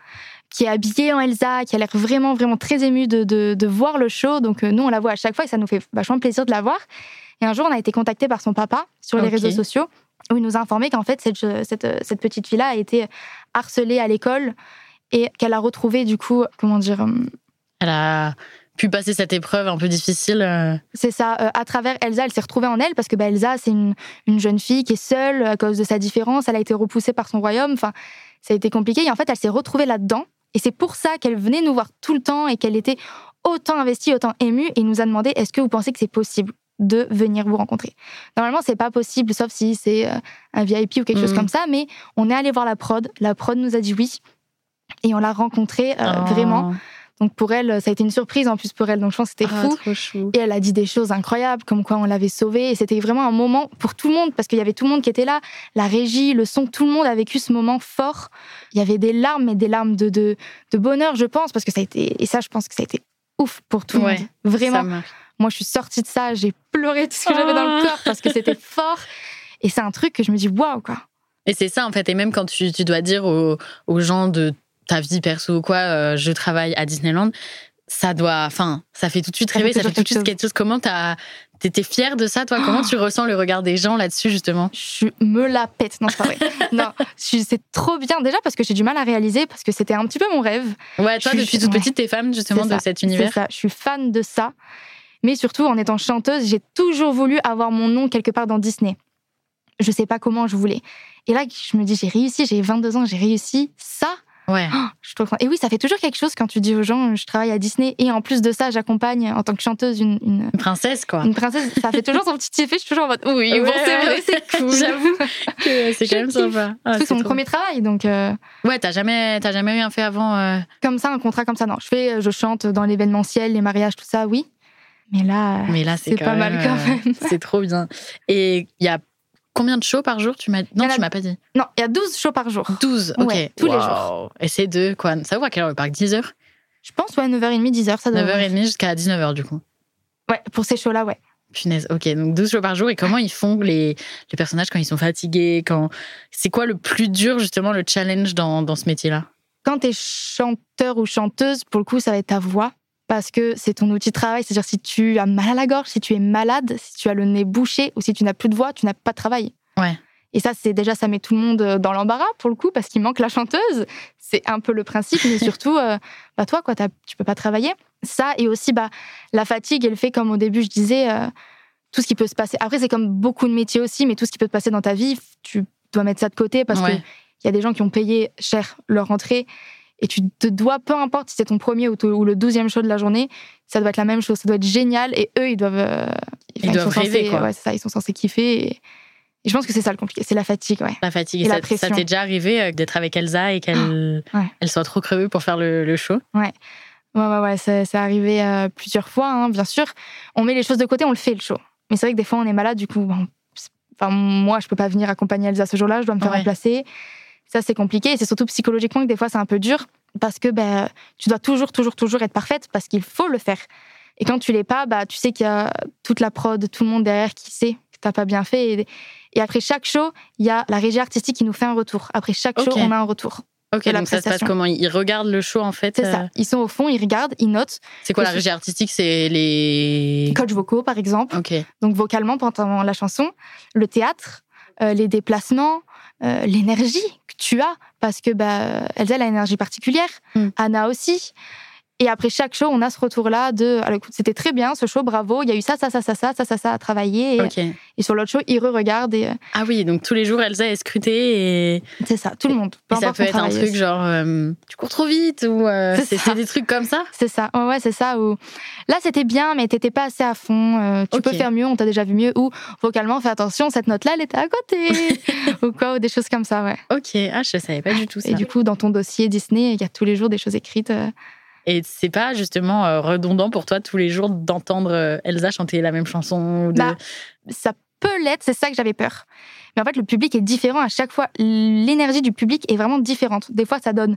Speaker 4: qui est habillée en Elsa, qui a l'air vraiment vraiment très émue de, de- de voir le show. Donc euh, nous, on la voit à chaque fois et ça nous fait vachement plaisir de la voir. Et un jour, on a été contacté par son papa sur les
Speaker 2: Ok.
Speaker 4: réseaux sociaux où il nous a informé qu'en fait, cette, je- cette, euh, cette petite fille-là a été harcelée à l'école et qu'elle a retrouvé du coup, comment dire, euh,
Speaker 2: Elle a pu passer cette épreuve un peu difficile. euh,
Speaker 4: C'est ça, euh, à travers Elsa, elle s'est retrouvée en elle parce que bah, Elsa, c'est une, une jeune fille qui est seule euh, à cause de sa différence, elle a été repoussée par son royaume, enfin, ça a été compliqué et en fait, elle s'est retrouvée là-dedans et c'est pour ça qu'elle venait nous voir tout le temps et qu'elle était autant investie, autant émue et nous a demandé est-ce que vous pensez que c'est possible de venir vous rencontrer. Normalement, c'est pas possible sauf si c'est euh, un VIP ou quelque chose
Speaker 2: Mhm.
Speaker 4: comme ça, mais on est allé voir la prod, la prod nous a dit oui et on l'a rencontrée euh,
Speaker 2: en-
Speaker 4: vraiment. Donc pour elle, ça a été une surprise en plus pour elle, donc je pense que c'était
Speaker 2: Ah,
Speaker 4: fou.
Speaker 2: trop chou.
Speaker 4: Et elle a dit des choses incroyables, comme quoi on l'avait sauvée. Et c'était vraiment un moment pour tout le monde, parce qu'il y avait tout le monde qui était là. La régie, le son, tout le monde a vécu ce moment fort. Il y avait des larmes, mais des larmes de, de, de bonheur, je pense, parce que ça a été. Et ça, je pense que ça a été ouf pour tout le
Speaker 2: Ouais,
Speaker 4: monde.
Speaker 2: Ça
Speaker 4: Vraiment.
Speaker 2: marque.
Speaker 4: Moi, je suis sortie de ça, j'ai pleuré tout ce que j'avais dans
Speaker 2: Ah.
Speaker 4: le corps parce que c'était fort. Et c'est un truc que je me dis, waouh, quoi.
Speaker 2: Et c'est ça, en fait. Et même quand tu, tu dois dire aux, aux gens de ta vie perso ou quoi, euh, je travaille à Disneyland, ça doit. Enfin, ça fait tout de suite
Speaker 4: Ça fait
Speaker 2: rêver, ça
Speaker 4: toujours
Speaker 2: fait tout de suite
Speaker 4: quelque Oh
Speaker 2: quelque chose. Comment t'as. T'étais fière de ça, toi Comment tu ressens le regard des gens là-dessus, justement
Speaker 4: je me la pète. Non, c'est pas vrai. non, je- c'est trop bien. Déjà parce que j'ai du mal à réaliser, parce que c'était un petit peu mon rêve.
Speaker 2: Ouais, toi,
Speaker 4: Je suis-
Speaker 2: depuis toute
Speaker 4: ouais.
Speaker 2: petite, t'es fan, justement,
Speaker 4: C'est
Speaker 2: de
Speaker 4: ça,
Speaker 2: cet
Speaker 4: c'est
Speaker 2: univers.
Speaker 4: ça, je suis fan de ça. Mais surtout, en étant chanteuse, j'ai toujours voulu avoir mon nom quelque part dans Disney. Je sais pas comment je voulais. Et là, je me dis, j'ai réussi, j'ai 22 ans, j'ai réussi ça.
Speaker 2: Ouais.
Speaker 4: Oh, je suis trop contente. Et oui, ça fait toujours quelque chose quand tu dis aux gens, je travaille à Disney. Et en plus de ça, j'accompagne en tant que chanteuse une, une,
Speaker 2: Une princesse, quoi.
Speaker 4: une princesse. Ça fait toujours son petit effet. Je suis toujours en mode, oui,
Speaker 2: Ouais,
Speaker 4: bon, c'est
Speaker 2: ouais.
Speaker 4: vrai, c'est cool.
Speaker 2: J'avoue. Que C'est
Speaker 4: Bah, Je
Speaker 2: quand même
Speaker 4: kiffe.
Speaker 2: sympa. Ah,
Speaker 4: Surtout que c'est mon
Speaker 2: trop
Speaker 4: premier travail. Donc, euh,
Speaker 2: bien. Ouais, t'as jamais, t'as jamais rien fait avant. euh,
Speaker 4: comme ça, un contrat comme ça, non. Je fais, euh, je chante dans l'événementiel, les mariages, tout ça, oui. Mais là, euh,
Speaker 2: Mais là, c'est
Speaker 4: c'est
Speaker 2: quand
Speaker 4: pas
Speaker 2: même,
Speaker 4: mal quand
Speaker 2: euh,
Speaker 4: même.
Speaker 2: C'est trop bien. Et il y a combien de shows par jour Tu m'as
Speaker 4: y
Speaker 2: non,
Speaker 4: en a-
Speaker 2: tu m'as pas dit.
Speaker 4: Non, il y a 12 shows par jour.
Speaker 2: 12, ok.
Speaker 4: Ouais, tous les
Speaker 2: Wow.
Speaker 4: jours.
Speaker 2: Et c'est de quoi Ça ouvre à quelle heure le parc 10h
Speaker 4: Je pense, ouais, 9h30, 10h, ça doit
Speaker 2: 9h30 jusqu'à 19h du coup.
Speaker 4: Ouais, pour ces shows-là, ouais.
Speaker 2: Punaise, ok. Donc 12 shows par jour. Et comment ils font les, les personnages quand ils sont fatigués quand... C'est quoi le plus dur justement, le challenge dans, dans ce métier-là
Speaker 4: Quand t'es chanteur ou chanteuse, pour le coup, ça va être ta voix. Parce que c'est ton outil de travail. C'est-à-dire, si tu as mal à la gorge, si tu es malade, si tu as le nez bouché ou si tu n'as plus de voix, tu n'as pas de travail.
Speaker 2: Ouais.
Speaker 4: Et ça, c'est déjà, ça met tout le monde euh, dans l'embarras, pour le coup, parce qu'il manque la chanteuse. C'est un peu le principe, mais surtout, euh, bah, toi, quoi, t'as- tu peux pas travailler. Ça, et aussi, bah, la fatigue et le fait, comme au début, je disais, euh, tout ce qui peut se passer. Après, c'est comme beaucoup de métiers aussi, mais tout ce qui peut te passer dans ta vie, tu dois mettre ça de côté parce
Speaker 2: Ouais.
Speaker 4: que il y a des gens qui ont payé cher leur entrée et tu te dois, peu importe si c'est ton premier ou, ton- ou le douzième show de la journée, ça doit être la même chose, ça doit être génial et eux, ils doivent. euh,
Speaker 2: Ils doivent
Speaker 4: sont
Speaker 2: rêver,
Speaker 4: censés-
Speaker 2: quoi.
Speaker 4: ouais, c'est ça, ils sont censés kiffer. Et, et je pense que c'est ça le compliqué, c'est la fatigue, ouais.
Speaker 2: La fatigue.
Speaker 4: Et la
Speaker 2: ça, ça
Speaker 4: pression. Ah,
Speaker 2: t'est déjà arrivé euh, d'être avec Elsa et qu'elle
Speaker 4: ouais.
Speaker 2: elle soit trop crevée pour faire le, le show
Speaker 4: Ouais, ouais, ouais, c'est c'est arrivé euh, plusieurs fois, hein, bien sûr. On met les choses de côté, on le fait le show. Mais c'est vrai que des fois, on est malade, du coup, bon, c'est- enfin, moi, je peux pas venir accompagner Elsa ce jour-là, je dois me faire
Speaker 2: Ouais.
Speaker 4: remplacer. Ça, c'est compliqué. Et c'est surtout psychologiquement que des fois, c'est un peu dur parce que ben, tu dois toujours, toujours, toujours être parfaite parce qu'il faut le faire. Et quand tu l'es pas, bah, tu sais qu'il y a toute la prod, tout le monde derrière qui sait que t'as pas bien fait. Et, et après chaque show, il y a la régie artistique qui nous fait un retour. Après chaque show,
Speaker 2: Ok.
Speaker 4: on a un retour.
Speaker 2: Ok,
Speaker 4: Et la
Speaker 2: donc ça se passe
Speaker 4: prestation.
Speaker 2: comment Ils regardent le show en fait
Speaker 4: C'est
Speaker 2: euh,
Speaker 4: ça. Ils sont au fond, ils regardent, ils notent.
Speaker 2: C'est quoi
Speaker 4: Et
Speaker 2: la
Speaker 4: c'est-
Speaker 2: régie artistique C'est les.
Speaker 4: Coach vocaux, par exemple.
Speaker 2: Ok.
Speaker 4: donc vocalement pendant la chanson, le théâtre, euh, les déplacements, euh, l'énergie que tu as, parce que bah, Elsa elle a une énergie particulière,
Speaker 2: Mm.
Speaker 4: Anna aussi. Et après chaque show, on a ce retour-là de alors, écoute, c'était très bien ce show, bravo, il y a eu ça, ça, ça, ça, ça, ça, ça, ça à travailler. Et,
Speaker 2: Ok.
Speaker 4: et sur l'autre show, ils re-regardent et euh,
Speaker 2: Ah oui, donc tous les jours, Elsa est scrutée et, et
Speaker 4: c'est ça, tout le monde. peu
Speaker 2: ça
Speaker 4: importe
Speaker 2: peut
Speaker 4: son
Speaker 2: être un
Speaker 4: travail
Speaker 2: truc
Speaker 4: aussi.
Speaker 2: genre euh, tu cours trop vite ou euh,
Speaker 4: C'est
Speaker 2: c'est
Speaker 4: ça.
Speaker 2: c'est des trucs comme ça.
Speaker 4: C'est ça, ouais, ouais, c'est ça. Ou là, c'était bien, mais t'étais pas assez à fond. euh, tu
Speaker 2: Ok.
Speaker 4: peux faire mieux, on t'a déjà vu mieux. Ou vocalement, fais attention, cette note-là, elle était à côté. ou quoi, ou des choses comme ça, ouais.
Speaker 2: Ok, ah, je savais pas du tout ça.
Speaker 4: Et du coup, dans ton dossier Disney, il y a tous les jours des choses écrites. euh,
Speaker 2: Et c'est pas justement euh, redondant pour toi tous les jours d'entendre euh, Elsa chanter la même chanson ou de...
Speaker 4: Bah, Ça peut l'être, c'est ça que j'avais peur. Mais en fait, le public est différent à chaque fois. L'énergie du public est vraiment différente. Des fois, ça donne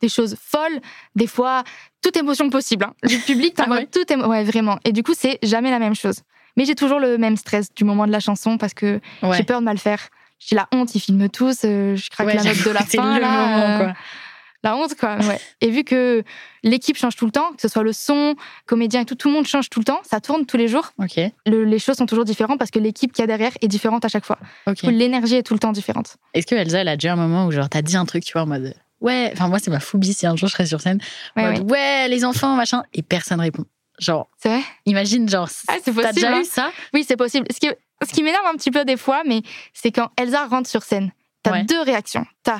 Speaker 4: des choses folles, des fois, toute émotion possible. hein. Le public
Speaker 2: Ah
Speaker 4: t'envoie
Speaker 2: ouais
Speaker 4: toute émotion. Ouais, vraiment. Et du coup, c'est jamais la même chose. Mais j'ai toujours le même stress du moment de la chanson parce que
Speaker 2: ouais.
Speaker 4: j'ai peur de mal faire. J'ai la honte, ils filment tous, euh, je craque
Speaker 2: Ouais,
Speaker 4: la note
Speaker 2: j'avoue,
Speaker 4: de la
Speaker 2: c'est
Speaker 4: fin.
Speaker 2: le
Speaker 4: là,
Speaker 2: moment,
Speaker 4: euh,
Speaker 2: quoi.
Speaker 4: La honte, quoi. ouais. Et vu que l'équipe change tout le temps, que ce soit le son, comédien et tout, tout le monde change tout le temps, ça tourne tous les jours.
Speaker 2: Ok,
Speaker 4: le- les choses sont toujours différentes parce que l'équipe qu'il y a derrière est différente à chaque fois.
Speaker 2: ok.
Speaker 4: Du coup, L'énergie est tout le temps différente.
Speaker 2: Est-ce que Elsa, elle a déjà un moment où genre t'as dit un truc, tu vois, en mode ouais, enfin moi c'est ma phobie si un jour je serais sur scène,
Speaker 4: Ouais,
Speaker 2: en
Speaker 4: ouais.
Speaker 2: mode, ouais les enfants machin et personne répond. Genre
Speaker 4: C'est vrai
Speaker 2: imagine genre
Speaker 4: Ah, c'est
Speaker 2: t'as
Speaker 4: possible,
Speaker 2: déjà
Speaker 4: hein.
Speaker 2: eu ça
Speaker 4: Oui, c'est possible. Ce qui, ce qui m'énerve un petit peu des fois, mais c'est quand Elsa rentre sur scène. T'as
Speaker 2: Ouais.
Speaker 4: deux réactions. T'as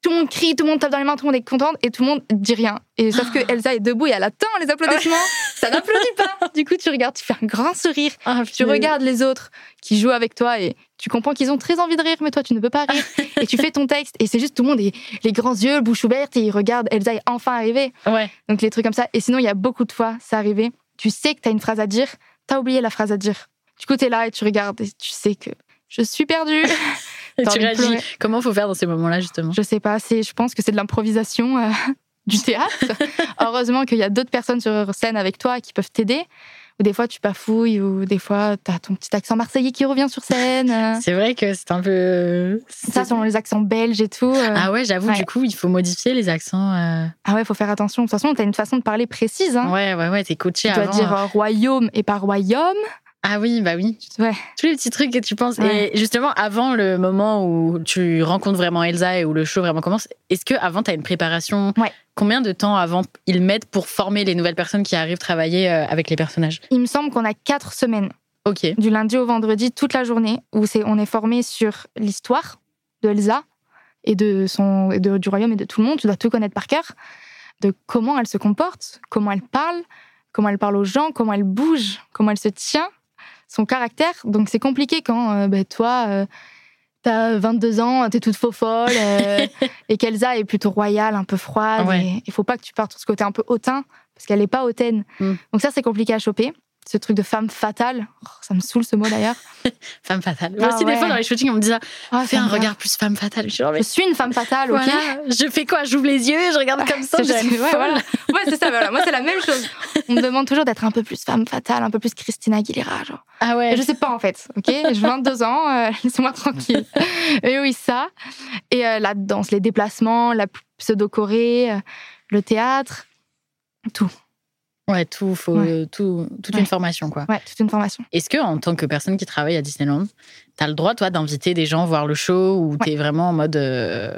Speaker 4: tout le monde crie, tout le monde tape dans les mains, tout le monde est contente et tout le monde dit rien. Et sauf que Elsa est debout et elle attend les applaudissements. Ça n'applaudit pas. Du coup, tu regardes, tu fais un grand sourire.
Speaker 2: Mm.
Speaker 4: Tu regardes les autres qui jouent avec toi et tu comprends qu'ils ont très envie de rire, mais toi, tu ne peux pas rire. et tu fais ton texte et c'est juste tout le monde, est- les grands yeux, bouche ouverte, et ils regardent Elsa est enfin arrivée.
Speaker 2: Ouais.
Speaker 4: Donc les trucs comme ça. Et sinon, il y a beaucoup de fois, ça arrivé. Tu sais que t'as une phrase à dire, t'as oublié la phrase à dire. Du coup, t'es là et tu regardes et tu sais que je suis perdue.
Speaker 2: Et
Speaker 4: T'as
Speaker 2: tu
Speaker 4: envie de
Speaker 2: réagis.
Speaker 4: pleurer.
Speaker 2: Comment faut faire dans ces moments-là justement
Speaker 4: je sais pas, c'est, je pense que c'est de l'improvisation euh, du théâtre. Heureusement qu'il y a d'autres personnes sur scène avec toi qui peuvent t'aider. Au où des fois tu bafouilles, ou des fois t'as ton petit accent marseillais qui revient sur scène. euh,
Speaker 2: C'est vrai que c'est un peu. euh,
Speaker 4: ça, selon les accents belges et tout. euh.
Speaker 2: Ah ouais, j'avoue, du
Speaker 4: Ouais.
Speaker 2: coup, il faut modifier les accents. euh.
Speaker 4: Ah ouais, faut faire attention. De toute façon, t'as une façon de parler précise. Hein.
Speaker 2: Ouais, ouais, ouais, t'es coaché
Speaker 4: tu dois
Speaker 2: avant. hein.
Speaker 4: dire euh, royaume et pas royaume.
Speaker 2: Ah oui, bah oui.
Speaker 4: Ouais.
Speaker 2: Tous les petits trucs que tu penses.
Speaker 4: Ouais.
Speaker 2: Et justement, avant le moment où tu rencontres vraiment Elsa et où le show vraiment commence, est-ce que avant t'as une préparation
Speaker 4: Ouais.
Speaker 2: Combien de temps avant ils mettent pour former les nouvelles personnes qui arrivent travailler euh, avec les personnages
Speaker 4: Il me semble qu'on a quatre semaines,
Speaker 2: Ok.
Speaker 4: du lundi au vendredi, toute la journée, où c'est on est formé sur l'histoire de Elsa et de son, et de- du royaume et de tout le monde. Tu dois tout connaître par cœur, de comment elle se comporte, comment elle parle, comment elle parle aux gens, comment elle bouge, comment elle se tient, son caractère. Donc c'est compliqué quand euh, ben, toi. euh, T'as 22 ans, t'es toute faux folle, euh, et qu'Elsa est plutôt royale, un peu froide.
Speaker 2: Ouais.
Speaker 4: et Il faut pas que tu partes sur ce côté un peu hautain, parce qu'elle est pas hautaine.
Speaker 2: Mm.
Speaker 4: Donc ça, c'est compliqué à choper. Ce truc de femme fatale, Oh, ça me saoule ce mot d'ailleurs.
Speaker 2: Femme fatale.
Speaker 4: Ah
Speaker 2: Moi aussi, des
Speaker 4: ouais.
Speaker 2: fois, dans les shootings, on me dit ça.
Speaker 4: Ah,
Speaker 2: Fais
Speaker 4: ça
Speaker 2: un
Speaker 4: me va.
Speaker 2: regard plus femme fatale. Je suis genre, mais
Speaker 4: Je suis une femme fatale, ok
Speaker 2: voilà, je fais quoi J'ouvre les yeux, je regarde comme ça,
Speaker 4: Ah, C'est
Speaker 2: j'ai
Speaker 4: juste-
Speaker 2: l'air
Speaker 4: ouais,
Speaker 2: folle.
Speaker 4: voilà. Ouais, c'est ça, voilà. Moi, c'est la même chose. On me demande toujours d'être un peu plus femme fatale, un peu plus Christina Aguilera, genre.
Speaker 2: Ah ouais.
Speaker 4: Et Euh, Je sais pas en fait, ok J'ai 22 ans, euh, laissez-moi tranquille. Et oui, ça. Et euh, la danse, les déplacements, la pseudo-corée, euh, le théâtre, tout.
Speaker 2: Ouais, tout, faut, euh,
Speaker 4: Ouais.
Speaker 2: tout, toute
Speaker 4: Ouais.
Speaker 2: une formation, quoi.
Speaker 4: Ouais, toute une formation.
Speaker 2: Est-ce que, en tant que personne qui travaille à Disneyland, t'as le droit, toi, d'inviter des gens voir le show ou t'es vraiment en mode. euh,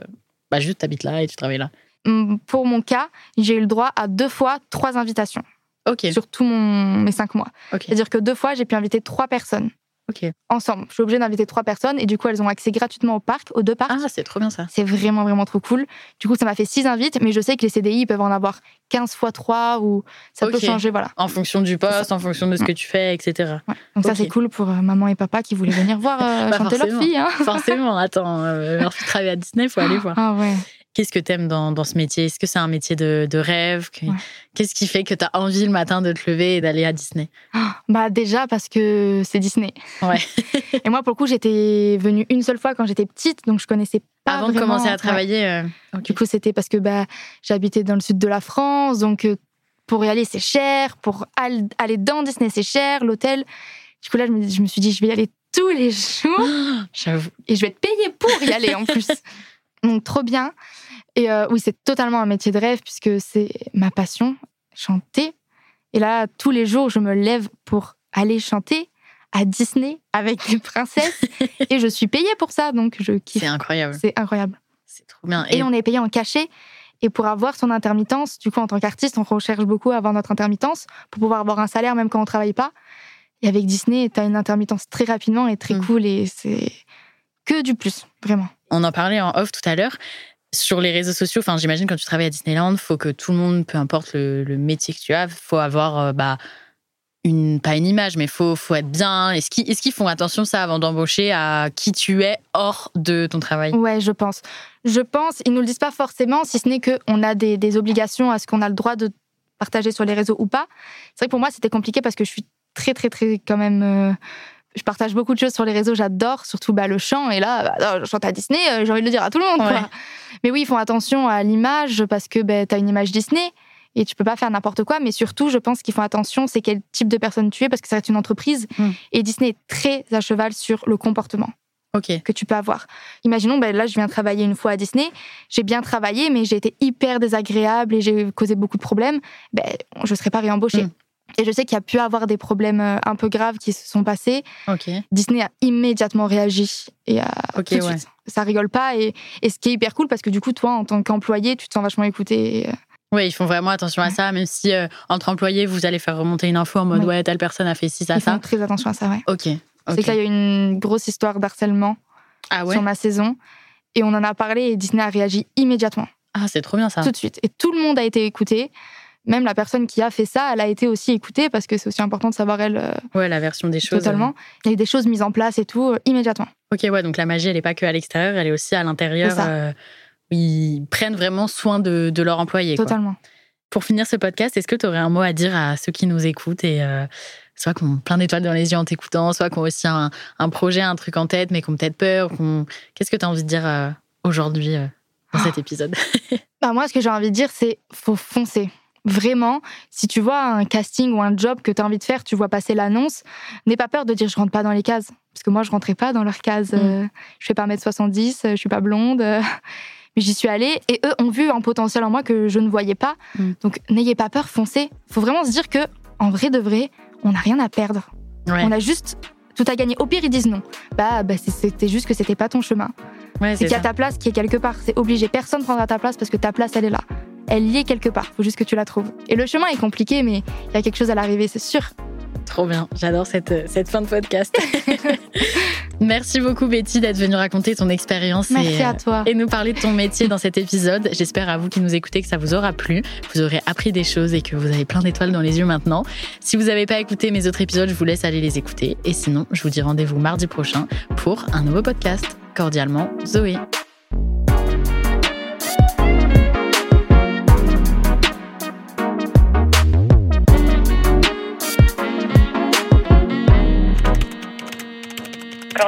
Speaker 2: bah, juste t'habites là et tu travailles là
Speaker 4: Hum, Pour mon cas, j'ai eu le droit à deux fois trois invitations
Speaker 2: Ok,
Speaker 4: sur tous mon, mes cinq mois.
Speaker 2: ok,
Speaker 4: C'est-à-dire que deux fois, j'ai pu inviter trois personnes
Speaker 2: ok.
Speaker 4: ensemble. Je suis obligée d'inviter trois personnes et du coup, elles ont accès gratuitement au parc, aux deux parcs.
Speaker 2: Ah, c'est trop bien ça.
Speaker 4: C'est vraiment, vraiment trop cool. Du coup, ça m'a fait six invites, mais je sais que les CDI, ils peuvent en avoir 15 fois 3 ou ça
Speaker 2: Ok.
Speaker 4: peut changer, voilà.
Speaker 2: En fonction du poste, en fonction de ce que tu fais, etc.
Speaker 4: Ouais. Donc ça,
Speaker 2: Ok.
Speaker 4: c'est cool pour euh, maman et papa qui voulaient venir voir euh,
Speaker 2: Bah,
Speaker 4: chanter leur
Speaker 2: forcément.
Speaker 4: fille. hein.
Speaker 2: Forcément, attends, euh, lorsque tu travailles à Disney, faut aller voir.
Speaker 4: Ah ouais.
Speaker 2: Qu'est-ce que t'aimes dans, dans ce métier Est-ce que c'est un métier de, de rêve Que-
Speaker 4: Ouais.
Speaker 2: Qu'est-ce qui fait que t'as envie le matin de te lever et d'aller à Disney
Speaker 4: Bah déjà parce que c'est Disney.
Speaker 2: Ouais.
Speaker 4: et moi, pour le coup, j'étais venue une seule fois quand j'étais petite, donc je connaissais pas
Speaker 2: Avant de
Speaker 4: vraiment-
Speaker 2: commencer à
Speaker 4: Ouais.
Speaker 2: travailler euh,
Speaker 4: Du coup, c'était parce que bah, j'habitais dans le sud de la France, donc euh, pour y aller, c'est cher. Pour al- aller dans Disney, c'est cher. L'hôtel. Du coup, là, je me, je me suis dit, je vais y aller tous les jours
Speaker 2: J'avoue.
Speaker 4: et je vais être payée pour y aller en plus. Donc, trop bien. Et euh, oui, c'est totalement un métier de rêve puisque c'est ma passion, chanter. Et là, tous les jours, je me lève pour aller chanter à Disney avec des princesses et je suis payée pour ça. Donc, je
Speaker 2: C'est
Speaker 4: kiffe.
Speaker 2: incroyable.
Speaker 4: C'est incroyable.
Speaker 2: C'est trop bien.
Speaker 4: Et on est payé en cachet. Et pour avoir son intermittence, du coup, en tant qu'artiste, on recherche beaucoup à avoir notre intermittence pour pouvoir avoir un salaire même quand on travaille pas. Et avec Disney, tu as une intermittence très rapidement et très
Speaker 2: Mm.
Speaker 4: cool. Et c'est que du plus, vraiment.
Speaker 2: On en parlait en off tout à l'heure. Sur les réseaux sociaux, enfin, j'imagine quand tu travailles à Disneyland, faut que tout le monde, peu importe le, le métier que tu as, faut avoir euh, bah, une pas une image, mais faut faut être bien. Est-ce qu'ils est-ce qu'ils font attention ça avant d'embaucher à qui tu es hors de ton travail
Speaker 4: Ouais, je pense. Je pense, ils nous le disent pas forcément, si ce n'est qu'on a des, des obligations à ce qu'on a le droit de partager sur les réseaux ou pas. C'est vrai que pour moi, c'était compliqué parce que je suis très, très, très quand même. euh, je partage beaucoup de choses sur les réseaux, j'adore, surtout bah, le chant. Et là, bah, non, je chante à Disney, euh, j'ai envie de le dire à tout le monde. quoi.
Speaker 2: Ouais.
Speaker 4: Mais oui, ils font attention à l'image parce que bah, tu as une image Disney et tu peux pas faire n'importe quoi. Mais surtout, je pense qu'ils font attention, c'est quel type de personne tu es parce que ça reste une entreprise.
Speaker 2: Mm.
Speaker 4: Et Disney est très à cheval sur le comportement
Speaker 2: Ok.
Speaker 4: que tu peux avoir. Imaginons, ben là, je viens travailler une fois à Disney, j'ai bien travaillé, mais j'ai été hyper désagréable et j'ai causé beaucoup de problèmes, ben, je ne serai pas réembauchée.
Speaker 2: Mm.
Speaker 4: Et je sais qu'il y a pu avoir des problèmes euh, un peu graves qui se sont passés.
Speaker 2: Ok.
Speaker 4: Disney a immédiatement réagi et a
Speaker 2: Ok,
Speaker 4: tout de
Speaker 2: ouais.
Speaker 4: suite. Ça rigole pas et, et ce qui est hyper cool parce que du coup, toi, en tant qu'employé, tu te sens vachement écouté. et, euh,
Speaker 2: Ouais, ils font vraiment attention à ça, même si euh, entre employés, vous allez faire remonter une info en mode
Speaker 4: Oui.
Speaker 2: ouais, telle personne a fait ci, ça,
Speaker 4: ils font
Speaker 2: ça.
Speaker 4: très attention à ça, ouais.
Speaker 2: Ok.
Speaker 4: C'est
Speaker 2: ok.
Speaker 4: que là, il y a eu une grosse histoire d'harcèlement
Speaker 2: Ah ouais.
Speaker 4: sur ma saison et on en a parlé et Disney a réagi immédiatement.
Speaker 2: Ah c'est trop bien ça.
Speaker 4: tout de suite. Et tout le monde a été écouté. Même la personne qui a fait ça, elle a été aussi écoutée parce que c'est aussi important de savoir elle euh,
Speaker 2: Ouais, la version des choses. euh,
Speaker 4: totalement. Il y a eu des choses mises en place et tout euh, immédiatement.
Speaker 2: Ok, ouais, donc la magie, elle n'est pas que à l'extérieur, elle est aussi à l'intérieur.
Speaker 4: C'est ça.
Speaker 2: euh, où ils prennent vraiment soin de, de leurs employés. quoi.
Speaker 4: Totalement.
Speaker 2: Pour finir ce podcast, est-ce que tu aurais un mot à dire à ceux qui nous écoutent et euh, soit qui ont plein d'étoiles dans les yeux en t'écoutant, soit qui ont aussi un, un projet, un truc en tête, mais qui ont peut-être peur qu'on- Qu'est-ce que tu as envie de dire euh, aujourd'hui euh, dans cet épisode
Speaker 4: Bah, moi, ce que j'ai envie de dire, c'est faut foncer. Vraiment, si tu vois un casting ou un job que tu as envie de faire, tu vois passer l'annonce, n'aie pas peur de dire je rentre pas dans les cases. Parce que moi, je rentrais pas dans leurs cases.
Speaker 2: Mm.
Speaker 4: Euh, je fais pas 1m70, euh, je suis pas blonde. euh, Mais j'y suis allée et eux ont vu un potentiel en moi que je ne voyais pas.
Speaker 2: Mm.
Speaker 4: Donc n'ayez pas peur, foncez. Faut vraiment se dire que, en vrai de vrai, on n'a rien à perdre.
Speaker 2: Ouais,
Speaker 4: On a juste tout à gagner. Au pire, ils disent non. Bah, bah c'est- c'était juste que c'était pas ton chemin.
Speaker 2: ouais
Speaker 4: C'est
Speaker 2: c'est
Speaker 4: qu'il y a
Speaker 2: ça.
Speaker 4: ta place qui est quelque part. C'est obligé. Personne prendra ta place parce que ta place, elle est là. Elle y est quelque part. Faut juste que tu la trouves. Et le chemin est compliqué, mais il y a quelque chose à l'arrivée, c'est sûr.
Speaker 2: Trop bien, j'adore cette, euh, cette fin de podcast. Merci beaucoup Betty d'être venue raconter ton expérience. et,
Speaker 4: Merci
Speaker 2: euh,
Speaker 4: à toi.
Speaker 2: et nous parler de ton métier dans cet épisode. J'espère à vous qui nous écoutez que ça vous aura plu, vous aurez appris des choses et que vous avez plein d'étoiles dans les yeux maintenant. Si vous n'avez pas écouté mes autres épisodes, je vous laisse aller les écouter. Et sinon, je vous dis rendez-vous mardi prochain pour un nouveau podcast. Cordialement, Zoé.